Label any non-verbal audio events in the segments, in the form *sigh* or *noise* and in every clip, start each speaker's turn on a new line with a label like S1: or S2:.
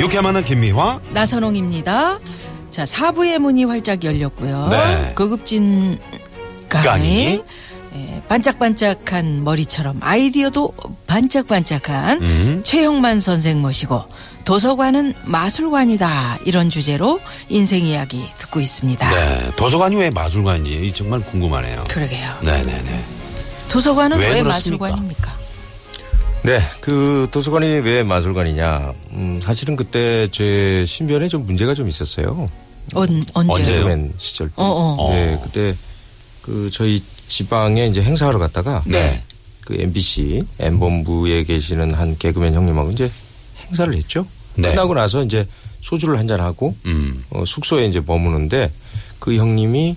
S1: 유쾌만한 김미화.
S2: 나선홍입니다. 자, 사부의 문이 활짝 열렸고요.
S1: 네.
S2: 고급진 강의.
S1: 강의.
S2: 예, 반짝반짝한 머리처럼 아이디어도 반짝반짝한
S1: 음.
S2: 최형만 선생 모시고 도서관은 마술관이다 이런 주제로 인생 이야기 듣고 있습니다.
S1: 네. 도서관이 왜 마술관인지 정말 궁금하네요.
S2: 아. 그러게요.
S1: 네네네.
S2: 도서관은
S1: 왜
S2: 왜
S1: 그렇습니까?
S2: 마술관입니까?
S3: 네, 그 도서관이 왜 마술관이냐? 음, 사실은 그때 제 신변에 좀 문제가 좀 있었어요.
S2: 언, 언제요?
S1: 언제요?
S3: 맨 시절 때.
S2: 어, 어.
S3: 네, 그때 그 저희 지방에 이제 행사하러 갔다가
S1: 네.
S3: 그 MBC M 본부에 계시는 한 개그맨 형님하고 이제 행사를 했죠.
S1: 네.
S3: 끝나고 나서 이제 소주를 한잔 하고
S1: 음.
S3: 어, 숙소에 이제 머무는데 그 형님이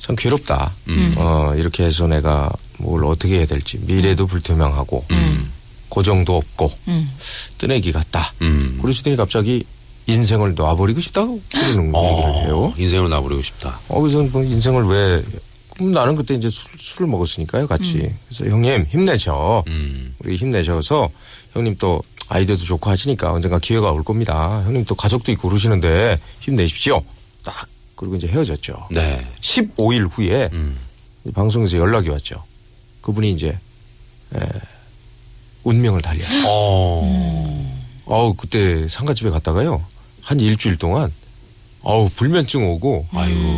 S3: 참 괴롭다.
S1: 음.
S3: 어, 이렇게 해서 내가 뭘 어떻게 해야 될지
S1: 음.
S3: 미래도 불투명하고 그 고정도 없고
S2: 음.
S3: 뜨내기 같다.
S1: 음.
S3: 그러시더니 갑자기 인생을 놔버리고 싶다고 그러는 얘기를
S1: 어,
S3: 해요.
S1: 인생을 놔버리고 싶다.
S3: 어, 그래서 뭐 인생을 왜 그럼 나는 그때 이제 술, 술을 먹었으니까요, 같이. 그래서 형님 힘내셔.
S1: 음.
S3: 우리 힘내셔서 형님 또 아이디어도 좋고 하시니까 언젠가 기회가 올 겁니다. 형님 또 가족도 있고 그러시는데 힘내십시오. 딱 그리고 이제 헤어졌죠.
S1: 네.
S3: 15일 후에
S1: 음.
S3: 방송에서 연락이 왔죠. 그분이 이제 에, 운명을 달려.
S2: 음.
S1: 어.
S3: 어우 그때 상가집에 갔다가요 한 일주일 동안 어우 불면증 오고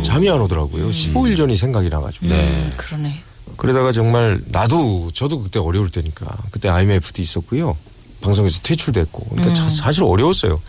S3: 잠이 안 오더라고요 15일 전이 생각이 나가지고
S2: 음, 그러네.
S3: 그러다가 정말 나도 저도 그때 어려울 때니까 그때 IMF도 있었고요 방송에서 퇴출됐고 그러니까 자- 사실 어려웠어요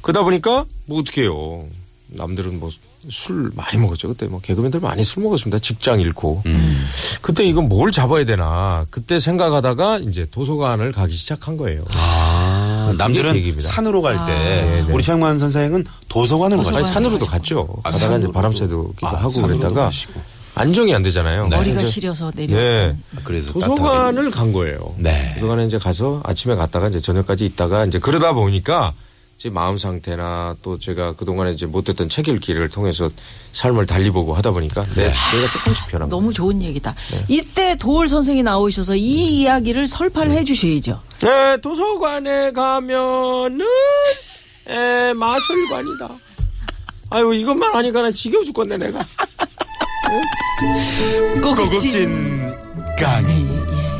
S3: 그러다 보니까 뭐 어떡해요 남들은 뭐 술 많이 먹었죠 그때 뭐 개그맨들 많이 술 먹었습니다 직장 잃고
S1: 음.
S3: 그때 이건 뭘 잡아야 되나 그때 생각하다가 이제 도서관을 가기 시작한 거예요
S1: 아, 남들은
S3: 이게 얘기입니다.
S1: 산으로 갈
S2: 아.
S1: 때,
S3: 네.
S1: 우리 최영만 선생은 도서관으로
S3: 아니,
S1: 가셨어요.
S3: 산으로도 갔죠.
S1: 아,
S3: 가다가 이제
S1: 산으로도.
S3: 바람쐬도 끼고
S1: 아,
S3: 하고
S1: 산으로도
S3: 그랬다가
S1: 가시고.
S3: 안정이 안 되잖아요.
S1: 네.
S2: 머리가
S3: 이제
S2: 시려서 내려.
S3: 네.
S1: 그래서
S3: 도서관을 간 거예요.
S1: 네.
S3: 도서관에 이제 가서 아침에 갔다가 이제 저녁까지 있다가 이제 그러다 보니까 제 마음 상태나 또 제가 그동안에 이제 못했던 책 읽기를 통해서 삶을 달리 보고 하다 보니까
S1: 네.
S3: 내, 내가 조금씩 변한 거예요.
S2: 너무 좋은 얘기다. 이때 도올 선생이 나오셔서 이 이야기를 설파를 해주셔야죠.
S3: 네, 도서관에 가면은 에, 마술관이다. 아유 이것만 하니까 나 지겨워 죽겠네 내가.
S2: 고급진
S1: 고급진 강의.
S2: 네.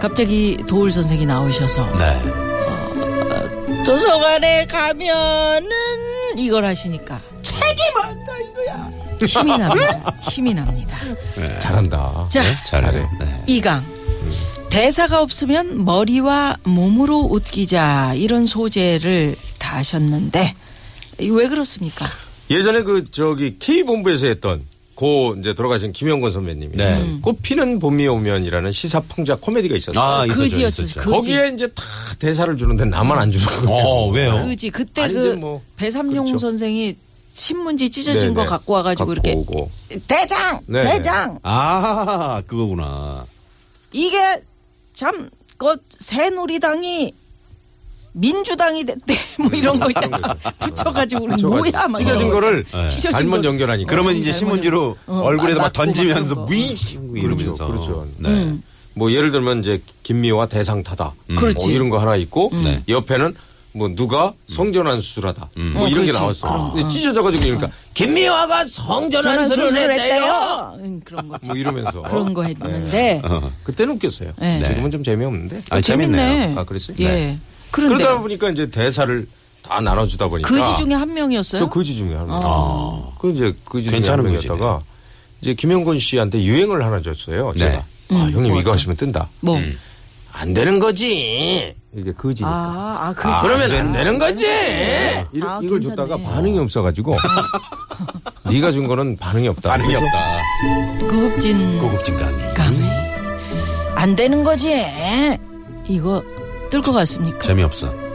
S2: 갑자기 도울 선생이 나오셔서
S1: 네.
S2: 도서관에 가면은 이걸 하시니까 책임 한다 이거야 힘이 납니다 힘이 납니다
S3: 잘한다.
S2: 자
S1: 잘해.
S3: 잘해.
S1: 네.
S2: 이강 대사가 없으면 머리와 몸으로 웃기자 이런 소재를 다하셨는데 이거 왜 그렇습니까
S3: 예전에 그 저기 K 본부에서 했던 고 이제 돌아가신 김영건 선배님이 음.
S1: 네.
S3: 꽃피는 봄이 오면이라는 시사풍자 코미디가 있었어요.
S1: 아, 있었죠,
S2: 그지였죠,
S1: 있었죠.
S2: 그-
S3: 거기에 이제 다 대사를 주는데 나만 안 주는 거예요.
S1: 어, 왜요?
S2: 그지 그때
S3: 아니,
S2: 그
S3: 이제 뭐,
S2: 배삼룡
S3: 그렇죠.
S2: 선생이 신문지 찢어진
S3: 네네.
S2: 거 갖고 와가지고
S3: 갖고
S2: 이렇게
S3: 오고.
S2: 대장
S3: 네네.
S2: 대장
S1: 아, 그거구나.
S2: 이게 참, 그, 새누리당이 민주당이 됐대. *laughs* 뭐 이런 거 있잖아. 붙여가지고, 우리 뭐야, 막
S3: 그렇죠. 찢어진
S2: 이런
S3: 거를
S2: 거 있잖아. 찢어진
S3: 잘못
S2: 거.
S3: 연결하니까.
S1: 그러면 이제 신문지로
S2: 어,
S1: 얼굴에다 막
S2: 맞고 막
S1: 던지면서
S2: 그런 거. 음.
S1: 무이 이러면서.
S3: 그렇죠.
S1: 네.
S3: 뭐 예를 들면 이제 김미화 대상 타다.
S2: 그렇지.
S3: 뭐 이런 거 하나 있고
S1: 네.
S3: 옆에는 뭐 누가 성전환 수술하다. 뭐
S2: 어,
S3: 이런 게
S2: 그렇지.
S3: 나왔어요. 근데 찢어져가지고 그러니까 김미화가 성전환
S2: 저는 수술을
S3: 수술을 했대요.
S2: 했대요. 응, 그런 거.
S3: 뭐 이러면서
S2: 그런 거 했는데.
S1: 어.
S3: 그때는 웃겼어요.
S2: 네.
S3: 지금은 좀 재미없는데.
S1: 아, 재밌네요.
S3: 아, 그랬어요?
S2: 예.
S3: 네.
S2: 그런데.
S3: 그러다 보니까 이제 대사를 다 나눠주다 보니까
S2: 그지 중에 한 명이었어요?
S3: 저 그지 중에 한 명.
S1: 어.
S3: 아. 그 이제 그지 중에 한
S1: 괜찮은
S3: 명이었다가 이제 김영건 씨한테 유행을 하나 줬어요.
S1: 네.
S3: 제가 아, 형님 이거 하시면 뜬다.
S2: 음. 뭐.
S3: 안 되는 거지. 이게 그지니까.
S2: 아, 아, 그.
S1: 아,
S3: 그러면
S1: 안
S3: 안 되는 거지. 이,
S2: 아,
S3: 이걸
S2: 괜찮네.
S3: 줬다가 반응이
S2: *laughs*
S3: 없어가지고 네가 준 거는 반응이 없다.
S1: 반응이
S3: 그래서
S1: 없다.
S2: 고급진
S3: 그
S1: 고급진 강의.
S2: 강의. 안 되는 거지. 이거 뜰 것 같습니까?
S1: 재미없어.
S2: 안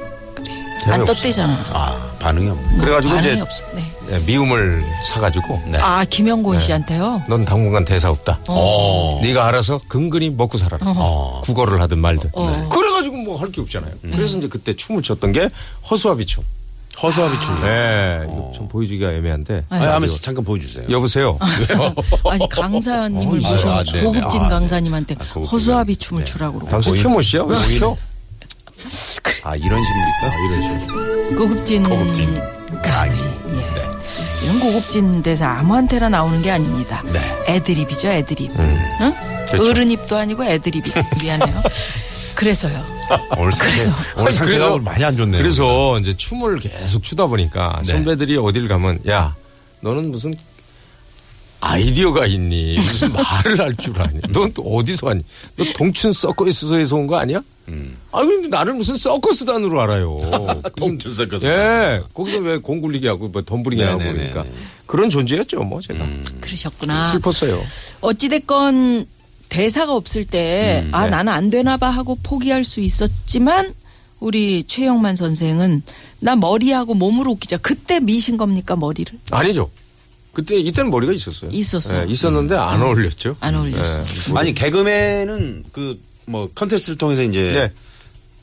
S3: 재미없어.
S2: 떴대잖아.
S1: 아 반응이 없네.
S3: 그래가지고
S2: 반응이
S3: 이제
S2: 없어. 네.
S3: 예, 미움을 사가지고
S2: 아
S1: 네.
S2: 김영곤
S1: *laughs*
S2: 씨한테요.
S3: 넌 당분간 대사 없다.
S1: 어.
S3: 네가 알아서 근근히 먹고 살아라.
S1: 어.
S3: 국어를 하든 말든.
S2: 어.
S3: 그래가지고 뭐 할 게 없잖아요. 그래서 이제 그때 춤을 췄던 게 허수아비 춤.
S1: 허수아비 춤.
S3: 예, 이거 좀 보여주기가 애매한데.
S2: 네.
S1: 아니, 한번 잠깐 보여주세요.
S3: 여보세요.
S2: 아니 강사님을
S1: 어,
S2: 모셔
S1: 아, 네, 네.
S2: 고급진
S1: 아, 네.
S2: 강사님한테
S1: 아, 고급진
S2: 허수아비
S1: 강-
S2: 춤을
S1: 네.
S2: 추라고 그러고
S3: 당신
S1: 보인-
S3: 최모 씨야? 왜
S1: 보이네.
S3: 쳐?
S1: 아 이런 식입니까? 이런 식.
S2: 고급진
S1: 고급진 강의.
S2: 예.
S1: 네.
S2: 이런 고급진 데서 아무한테나 나오는 게 아닙니다.
S1: 네. 음.
S2: 애드립이죠, 애드립. 응?
S3: 그렇죠.
S2: 어른입도 아니고 애드립이.
S1: *laughs*
S2: 미안해요. 그래서요.
S1: 오늘 상태 오늘
S3: 아니,
S1: 상태가
S3: 그래서-
S1: 오늘 많이 안 좋네요.
S3: 그래서 이제 춤을 계속 추다 보니까
S1: 네.
S3: 선배들이 어딜 가면 야 너는 무슨 아이디어가 있니 무슨 말을 할 줄 아니 넌 또 어디서 왔니 너 동춘 서커스에서 온 거 아니야?
S1: 음.
S3: 아니 근데 나를 무슨 서커스단으로
S1: *laughs*
S3: 알아요.
S1: 동춘 서커스단.
S3: 예, 거기서 왜 공굴리기 하고 뭐 덤블링 하고
S1: 네네네네. 음.
S3: 그러니까 그런 존재였죠, 뭐 제가
S2: 그러셨구나.
S3: 슬펐어요.
S2: 어찌됐건 대사가 없을 때,
S3: 음, 네.
S2: 아, 나는 안 되나 봐 하고 포기할 수 있었지만, 우리 최영만 선생은 나 머리하고 몸으로 웃기자. 그때 미신 겁니까, 머리를?
S3: 아니죠. 그때 이때는 머리가 있었어요.
S2: 있었어요. 네.
S3: 예, 있었는데 안
S1: 음.
S3: 어울렸죠.
S2: 안 어울렸어.
S3: 예,
S1: 아니 개그맨은 그 뭐 컨테스트를 통해서 이제
S3: 네.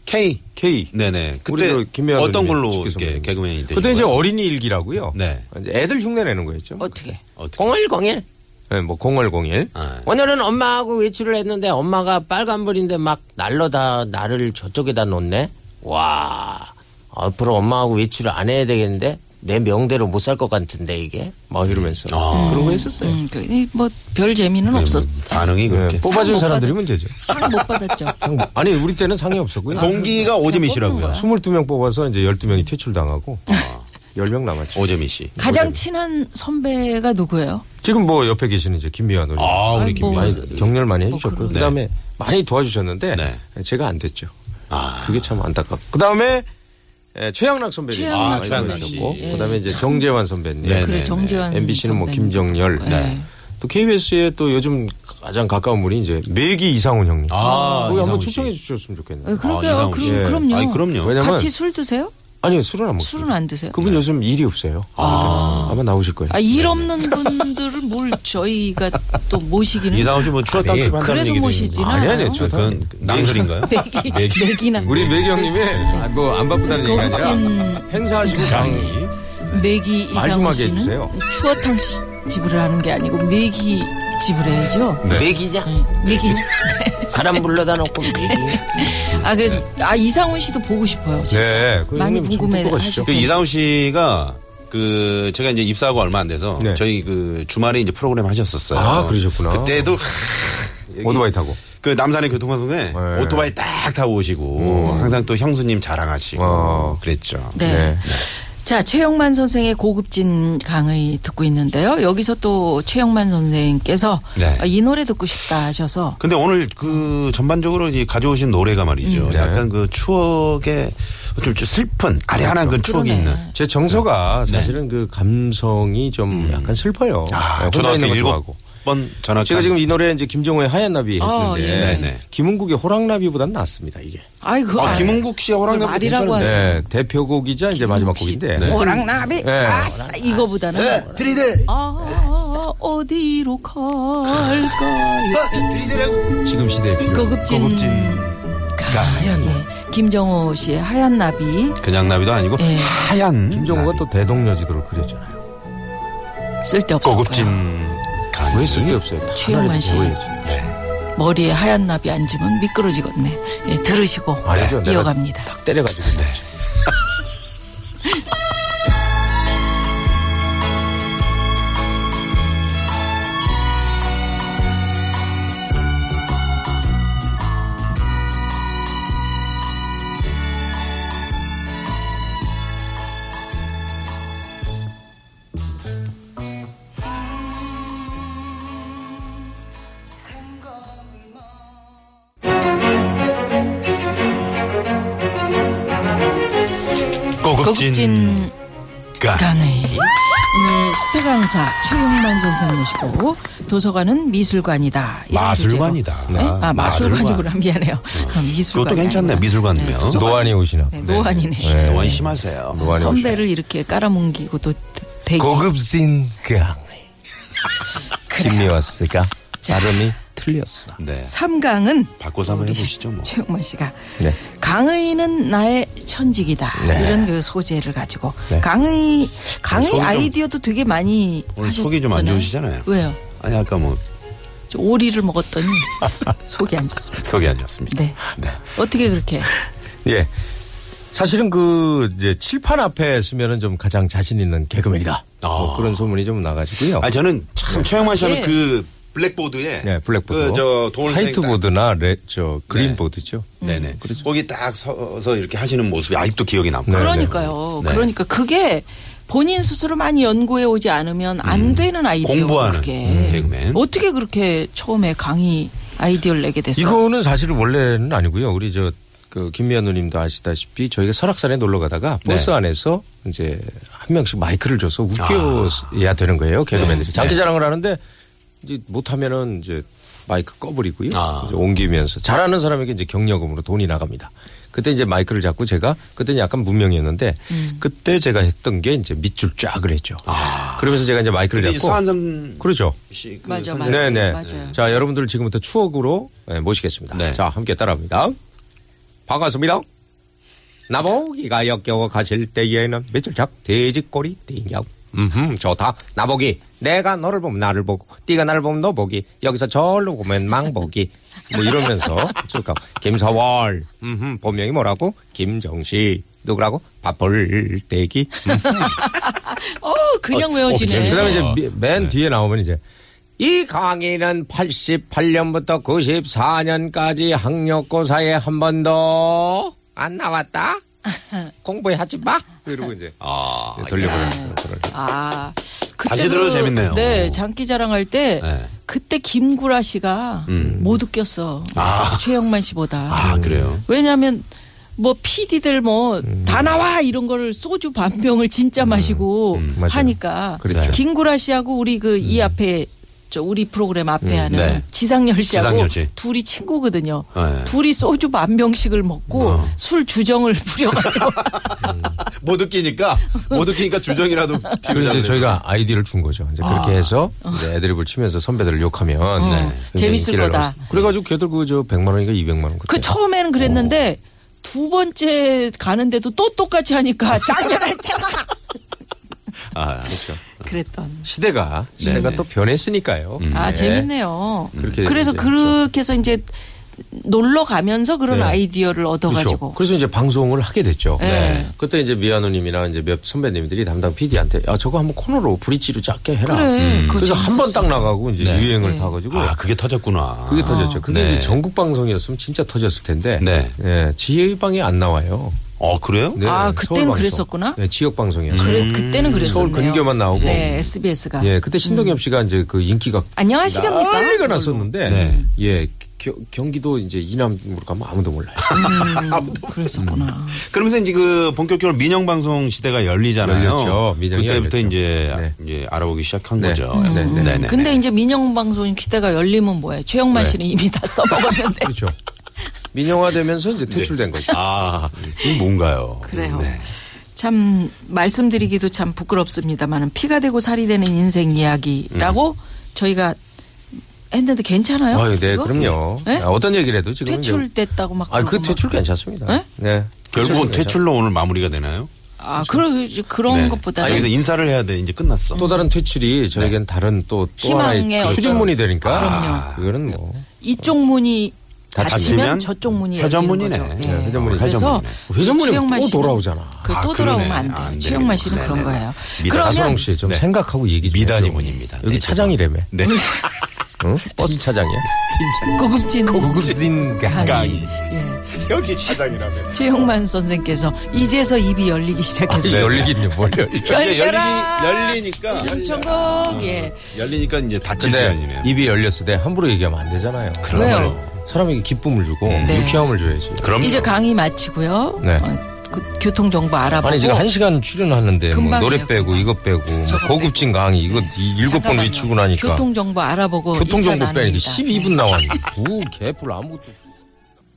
S1: K
S3: K.
S1: 네네
S3: 우리
S1: 그때
S3: 그 김혜아
S1: 어떤
S3: 선생님이
S1: 걸로
S3: 직계선
S1: 이렇게
S3: 선생님.
S1: 개그맨이 되신
S3: 그때 이제
S1: 거예요?
S3: 어린이 일기라고요.
S1: 네.
S3: 이제 애들 흉내 내는 거였죠.
S2: 어떻게?
S1: 어떻게?
S4: 0101.
S3: 네, 뭐 0101.
S1: 아.
S4: 오늘은 엄마하고 외출을 했는데 엄마가 빨간불인데 막 날러다 나를 저쪽에다 놓네. 와. 앞으로 엄마하고 외출을 안 해야 되겠는데 내 명대로 못 살 것 같은데 이게.
S3: 막 이러면서
S1: 아.
S3: 그런 거 했었어요.
S2: 음, 그, 뭐 별 재미는 없었.
S1: 반응이
S3: 네,
S1: 그렇게
S3: 뽑아준
S2: 못
S3: 사람들이 문제죠. 네.
S2: 상 못
S3: *laughs*
S2: 받았죠.
S3: 상- 아니 우리 때는 상이 없었고요.
S1: 동기가 오재민씨라고요
S3: 22명 뽑아서 이제 12명이 퇴출당하고
S1: 아.
S3: 10명 남았죠.
S1: 오재민씨
S2: 가장 친한 선배가 누구예요?
S3: 지금 뭐 옆에 계시는 이제 김미아 노님.
S1: 아 우리
S2: 뭐.
S1: 김미아
S3: 많이 격려를 많이 해주셨고요.
S1: 그러네.
S3: 그다음에 많이 도와주셨는데
S1: 네.
S3: 제가 안 됐죠.
S1: 아.
S3: 그게 참 안타깝고. 그다음에 에, 최양락 선배님
S2: 최양락
S3: 많이
S1: 최양락
S3: 도와주셨고,
S1: 씨. 예,
S3: 그다음에 이제 정재환 선배님,
S1: 네,
S2: 그래
S1: 네,
S2: 정재환
S3: MBC는 뭐
S2: 선배님.
S3: 김정열,
S2: 네.
S3: 또 KBS에 또 요즘 가장 가까운 분이 이제 매기 이상훈 형님.
S1: 아,
S3: 거기 한번
S1: 이상훈 씨.
S3: 초청해 주셨으면 좋겠네요.
S2: 어, 그러게요.
S1: 이상훈
S2: 그,
S1: 씨.
S3: 예.
S2: 럼요
S1: 아니 그럼요
S3: 왜냐- 왜냐면-
S2: 같이 술 드세요?
S3: 아니요 술은 안 먹어요.
S2: 술은 안 드세요.
S1: 네.
S3: 그분 요즘 일이 없어요. 아. 아마 나오실 거예요.
S2: 아, 일 없는 분들을 뭘 저희가 또 모시기는
S1: 이상훈 씨뭐 추락
S3: 아니,
S1: 당집 한다는
S2: 그래서
S1: 얘기도
S2: 모시지는
S3: 아니, 아니,
S2: 않아요.
S3: 저-
S1: 그건
S3: *laughs*
S1: 낭설인가요?
S2: 매기 매기나
S3: 아, 우리 어, 매기 형님이
S1: 네.
S3: 뭐 안 바쁘다는 얘기가 아니라
S2: 거친
S3: 행사하시고
S1: 그
S3: 강의.
S2: 매기
S3: 말좀
S2: 이상훈
S3: 하게
S2: 씨는
S3: 해주세요.
S2: 추어탕 씨 집을 하는 게 아니고 매기 집을 해야죠.
S4: 매기냐
S2: 네. 매기냐?
S4: 사람 불러다 놓고 매기
S2: 아 그래서 아 이상훈 씨도 보고 싶어요. 진짜.
S3: 네, 그
S2: 많이
S3: 형님 좀
S2: 궁금해
S3: 듣고
S2: 하실
S3: 가시죠.
S1: 그
S2: 텐데.
S1: 이상훈 씨가 그 제가 이제 입사하고 얼마 안 돼서
S3: 네.
S1: 저희 그 주말에 이제 프로그램 하셨었어요.
S3: 아, 그러셨구나.
S1: 그때도 *laughs* 하, 여기
S3: 오토바이 타고.
S1: 그 남산의 교통방송에
S3: 네. 음.
S1: 오토바이 딱 타고 오시고 항상 또 형수님 자랑하시고
S3: 어.
S1: 그랬죠.
S2: 네.
S3: 네.
S2: 자, 최영만 선생의 고급진 강의 듣고 있는데요. 여기서 또 최영만 선생께서
S1: 네.
S2: 아, 이 노래 듣고 싶다 하셔서
S1: 근데 오늘 그 전반적으로 이 가져오신 노래가 말이죠.
S3: 음. 네.
S1: 약간 그 추억의 좀좀 슬픈
S3: 그렇죠.
S1: 아련한 그 추억이
S2: 그러네.
S1: 있는.
S3: 제 정서가 사실은 그 감성이 좀 약간 슬퍼요. 네,
S1: 아,
S3: 혼자
S1: 초등학교
S3: 있는 거
S1: 일곱
S3: 좋아하고.
S1: 번 전학.
S3: 제가 지금 이 노래 이제 김정호의 하얀 나비 했는데
S2: 어, 예.
S1: 네네.
S3: 김은국의 호랑나비보단 낫습니다 이게.
S2: 아이 그거
S1: 아,
S2: 알-
S1: 김은국 씨의 호랑이
S2: 말이라고 하세요.
S3: 네, 대표곡이자 이제 마지막 곡인데.
S1: 네.
S2: 어? 호랑나비
S3: 네.
S2: 아싸 이거보다는
S1: 들이대.
S2: 아 어디로 갈까
S1: 들이대라고.
S3: 지금 시대에 필요.
S2: 고급진,
S1: 음. 고급진
S2: 가
S1: 하얀
S2: 예. 김정호 씨의 하얀 나비
S1: 그냥 나비도 아니고
S2: 예.
S1: 하얀
S3: 김정호가
S1: 나비.
S3: 또 대동여지도를 그렸잖아요.
S2: 쓸데없을
S1: 고급진
S2: 거야.
S1: 가위. 네.
S3: 왜 쓸데없어요? 다
S2: 최영만
S3: 하나라도
S2: 씨.
S3: 배워야지.
S2: 머리에 하얀 나비 앉으면 미끄러지겠네. 예, 들으시고
S3: 아니죠. 내가
S2: 이어갑니다.
S3: 딱 때려가지고.
S1: 고급진,
S2: 고급진
S1: 가.
S2: 강의. 오늘 스테 강사 최용만 선생 모시고 도서관은 미술관이다. 이런
S1: 마술관이다.
S2: 주제로. 네? 아, 마술관이구나.
S1: 마술관.
S2: 미안해요. 그럼 미술관.
S1: 그것도 괜찮네, 미술관이면. 노-
S3: 노안이 오시나.
S2: 네, 노안이네.
S1: 노안 심하세요.
S3: 노안이
S2: 선배를 이렇게 깔아뭉기고 또 되게.
S3: 고급진 그 강의. 김미화 씨가
S2: 자.
S3: 발음이 틀렸어.
S1: 네.
S2: 3강은
S1: 바꿔서 한번 해보시죠, 뭐.
S2: 최용만 씨가
S3: 네.
S2: 강의는 나의 천직이다
S3: 네.
S2: 이런 그 소재를 가지고
S3: 네.
S2: 강의
S1: 오늘 속이
S2: 강의
S1: 좀-
S2: 아이디어도 되게 많이
S1: 오늘 속이 좀 안
S2: 하셨잖아요.
S1: 좋으시잖아요.
S2: 왜요?
S1: 아니, 아까 뭐,
S2: 저 오리를 먹었더니 *laughs* 속이 안 좋습니다.
S1: 소개 아니었습니다.
S2: 네. 어떻게
S1: 네,
S2: 그렇게
S3: 예. 사실은 그 이제 칠판 앞에 쓰면은 좀 가장 자신 있는 개그맨이다. 뭐
S1: 아.
S3: 그런 소문이 좀 나가지고요.
S1: 아, 저는 참, 최영만 씨는
S2: 예.
S1: 그, 블랙보드에.
S3: 네,
S1: 그,
S3: 블랙보드.
S1: 저, 돌.
S3: 화이트보드나 레, 저
S1: 네.
S3: 그린보드죠.
S1: 네네. 거기 딱 서서 이렇게 하시는 모습이 아직도 기억이 남고.
S3: 네.
S2: 그러니까요.
S1: 네.
S2: 그러니까 그게 본인 스스로 많이 연구해 오지 않으면 안 되는 아이디어
S1: 음. 공부하는,
S2: 그게
S1: 음, 개그맨.
S2: 어떻게 그렇게 처음에 강의 아이디어를 내게 됐어요?
S3: 이거는 사실 원래는 아니고요. 우리 저, 그, 김미연 누님도 아시다시피 저희가 설악산에 놀러 가다가
S1: 네.
S3: 버스 안에서 이제 한 명씩 마이크를 줘서
S1: 아.
S3: 웃겨야 되는
S1: 네.
S3: 거예요. 개그맨들이. 장기 자랑을 하는데 이제 못하면은 이제 마이크 꺼버리고요.
S1: 아.
S3: 이제 옮기면서 잘하는 사람에게 이제 경력금으로 돈이 나갑니다. 그때 이제 마이크를 잡고 제가 그때는 약간 문명이었는데
S1: 음.
S3: 그때 제가 했던 게 이제 밑줄 쫙을 했죠. 그러면서 제가 이제 마이크를
S1: 아. 근데 이제
S3: 잡고
S1: 서한섬
S3: 그러죠.
S1: 씨. 그
S2: 맞아,
S1: 선생님.
S2: 맞아.
S3: 네네.
S2: 맞아요.
S3: 자, 여러분들 지금부터 추억으로 예, 모시겠습니다.
S1: 네.
S3: 자, 함께 따라합니다. 반갑습니다. 나보기가 역겨워 가실 때에는 며칠작 돼지꼬리 띵겨. 음, 좋다. 나보기. 내가 너를 보면 나를 보고, 네가 나를 보면 너 보기. 여기서 절로 보면 망보기. 뭐 이러면서 쭉 가고. 김서월. 음, 본명이 뭐라고? 김정식. 누구라고? 밥벌떼기.
S2: 어
S1: 아,
S2: 그냥 예.
S1: 어,
S2: 어. 외워지네.
S3: 예. 그다음에 이제 미- 맨 뒤에 나오면 이제 이 강의는 88년부터 94년까지 학력고사에 한 번도 안 나왔다. 공부해 하지 마. 이러고 이제
S1: 아,
S2: 예.
S3: 네, 돌려보내는 그런.
S2: 아 그때
S1: 다시 들어도
S2: 그-
S1: 재밌네요.
S2: 네 장기자랑 할 때
S1: 네. 음.
S2: 그때 김구라 씨가 못 웃겼어.
S1: 아.
S2: 최영만 씨보다.
S1: 아, 그래요.
S2: 왜냐하면 뭐 PD들 뭐
S1: 음.
S2: 다 나와 이런 거를 소주 반 병을 진짜 마시고
S1: 음.
S3: 맞아요.
S2: 하니까
S1: 네.
S3: 그렇죠.
S2: 김구라 씨하고 우리 그 이 앞에 저 우리 프로그램 앞에 하는
S1: 네.
S2: 지상열 씨하고
S1: 지상열 씨.
S2: 둘이 친구거든요.
S1: 네. 어.
S2: 둘이 소주 만 병씩을 먹고 술 주정을 *laughs* 부려가지고
S1: 못 웃기니까, 못 웃기니까 주정이라도
S3: 그래서
S1: 피우자.
S3: 이제 저희가 아이디를 준 거죠. 이제 그렇게 해서 이제 애드립을 치면서 선배들을 욕하면 굉장히
S2: 어. 네. 재밌을
S3: 인기를
S2: 거다.
S3: 얻었어요. 그래가지고 걔들 그저 100만 원인가 200만 원.
S2: 그 처음에는 그랬는데 두 번째 가는데도 또 똑같이 *laughs* 하니까 장난했잖아.
S1: 아, 그렇죠.
S2: 그랬던.
S3: 시대가 시대가
S1: 네네.
S3: 또 변했으니까요.
S2: 아
S3: 네. 음,
S2: 재밌네요.
S3: 그렇게
S2: 그래서
S3: 이제
S2: 그렇게 해서 이제 놀러 가면서 그런
S3: 네.
S2: 아이디어를 얻어가지고.
S3: 그렇죠. 그래서 이제 방송을 하게 됐죠.
S2: 네.
S3: 그때 이제 미아노님이나 이제 몇 선배님들이 담당 PD한테 야 저거 한번 코너로 브릿지로 작게 해라.
S2: 그래, 그거
S3: 래서 한
S2: 재밌었어.
S3: 번
S2: 네.
S3: 딱 나가고 이제 유행을 타가지고
S1: 아, 그게 터졌구나.
S3: 그게 터졌죠. 그게
S1: 네.
S3: 이제 전국 방송이었으면 진짜 터졌을 텐데.
S1: 네.
S3: 예, 지방이 안 나와요.
S1: 어, 그래요?
S3: 네,
S2: 아,
S3: 서울
S2: 그때는
S3: 방송.
S2: 그랬었구나?
S3: 네, 지역 방송이었어요.
S2: 그래, 그때는 그랬었네요.
S3: 서울 근교만 나오고.
S2: 네, SBS가.
S3: 예, 아, 그때 신동엽 씨가 이제 그 인기가
S2: 안녕하시렵니까? 네.
S3: 난리가 났었는데. 예, 겨- 경기도 이제 이남으로 가면 아무도 몰라요.
S2: 그랬었구나.
S3: 음,
S1: 그러면서 이제 그 본격적으로 민영 방송 시대가 열리잖아요.
S3: 열렸죠. 민영이
S1: 그때부터
S3: 열렸죠.
S1: 이제
S3: 네.
S1: 이제 알아보기 시작한
S3: 네.
S1: 거죠.
S3: 음. 네, 네.
S1: 네네.
S2: 근데 이제 민영방송 기대가 열리면 뭐예요? 최영만 씨는 이미 다 써먹었는데.
S3: 그렇죠. 민영화되면서 이제 퇴출된 거죠.
S1: 아, 이게 뭔가요?
S2: 그래요.
S1: 네.
S2: 참 말씀드리기도 참 부끄럽습니다만은 피가 되고 살이 되는 인생 이야기라고 저희가 했는데 괜찮아요?
S3: 아유, 네,
S2: 이거?
S3: 그럼요.
S2: 네?
S3: 아, 어떤 얘기를 해도 지금
S2: 퇴출됐다고 막.
S3: 아, 그
S2: 그러고 막.
S3: 퇴출 괜찮습니다.
S2: 네?
S3: 그렇죠.
S1: 결국은 퇴출로 오늘 마무리가 되나요?
S2: 아, 그러, 그런 것보다는.
S1: 아, 여기서 인사를 해야 돼. 이제 끝났어.
S3: 또 다른 퇴출이 저에겐 다른 또, 또
S2: 희망의
S3: 하나의
S2: 어떤- 네.
S3: 추진문이 되니까.
S1: 아,
S3: 그거는 뭐.
S2: 이쪽 문이
S1: 다
S2: 닫히면,
S1: 닫히면
S2: 저쪽 문이 열리는
S1: 회전문이네.
S2: 거죠.
S1: 네,
S2: 예.
S3: 회전문이.
S2: 그래서
S3: 회전문이
S2: 최영만
S3: 또
S2: 씨는
S3: 돌아오잖아.
S2: 그
S1: 아,
S2: 또
S1: 그러네.
S2: 돌아오면 안 돼요.
S1: 안 되네.
S2: 최영만 씨는
S1: 네네.
S2: 그런 거예요.
S1: 미다-
S2: 그러면
S3: 나선홍 씨, 좀
S1: 네.
S3: 생각하고 얘기 좀.
S1: 미단이
S3: 해요.
S1: 문입니다.
S3: 여기
S1: 네,
S3: 차장이라며.
S1: 네.
S3: 응? 버스 차장이야.
S2: 고급진
S3: 고급진
S2: 강의.
S3: 강의.
S2: 예.
S1: *laughs* 여기 차장이라면.
S2: 최영만 선생께서 이제서 입이 열리기
S1: 네.
S3: 아니,
S2: 시작했어요.
S3: 열리긴요, 뭘 열리.
S1: 이제 열리,
S2: 열려라.
S1: 열리니까.
S2: 충청곡 예.
S1: 음. 열리니까 이제 닫힐
S3: 근데
S1: 시간이네요.
S3: 입이 열렸을 때 함부로 얘기하면 안 되잖아요.
S2: 그럼요. 왜요?
S3: 사람에게 기쁨을 주고
S2: 네.
S3: 유쾌함을 줘야지.
S1: 그럼요.
S2: 이제 강의 마치고요.
S3: 네.
S2: 어, 그 교통 정보 알아보고
S3: 아니 지금 한 시간 출연하는데 뭐
S2: 금방이에요,
S3: 노래 빼고
S2: 금방.
S3: 이거 빼고 뭐
S2: 저거
S3: 고급진 강의 이거 이 일곱 번
S2: 잠깐만요.
S3: 외치고 나니까
S2: 교통 정보 알아보고
S3: 교통정보 빼니까
S2: 인사 나눕니다. 네.
S3: 12분
S2: *laughs*
S3: 나왔는데 뭐 개뿔 아무것도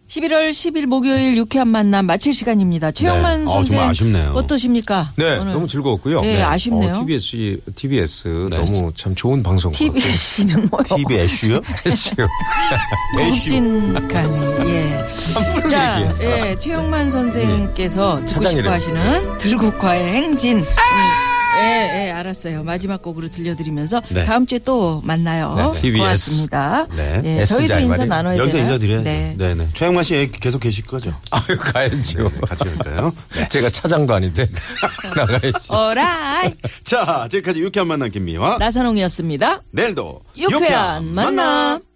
S2: 11월 10일 목요일 유쾌한 만남 마칠 시간입니다. 최영만
S1: 네. 아,
S2: 선생
S1: 정말 아쉽네요.
S2: 어떠십니까?
S3: 네
S2: 오늘
S3: 너무 즐거웠고요
S2: 네, 아쉽네요.
S3: TBS TBS 너무 참 좋은 방송 *laughs*
S2: TBC는 뭐
S1: TV 애쉬요?
S3: TBS요
S2: 고급진 강의. 예. 자, 예, 최영만 선생님께서 듣고
S3: 차장이래요.
S2: 싶어 하시는 들국화의 행진. 오늘, 예, 예, 알았어요. 마지막 곡으로 들려드리면서
S1: 네.
S2: 다음 주에 또 만나요.
S3: 네, TBS.
S2: 고맙습니다.
S1: 네.
S2: 예, 저희도
S3: S자, 이
S2: 인사
S3: 말이에요.
S2: 나눠야 되나요?
S1: 여기서 인사드려야죠.
S2: 네.
S1: 네. 네 최영만 씨 계속 계실 거죠?
S3: *laughs* 아유 가야죠
S1: 네, 같이 갈까요? *laughs*
S3: 제가 차장도 아닌데 나가야지
S2: 오라이.
S1: 자, 지금까지 유쾌한 만남 김미화.
S2: 나선홍이었습니다.
S1: 내일도
S2: 유쾌한 만남.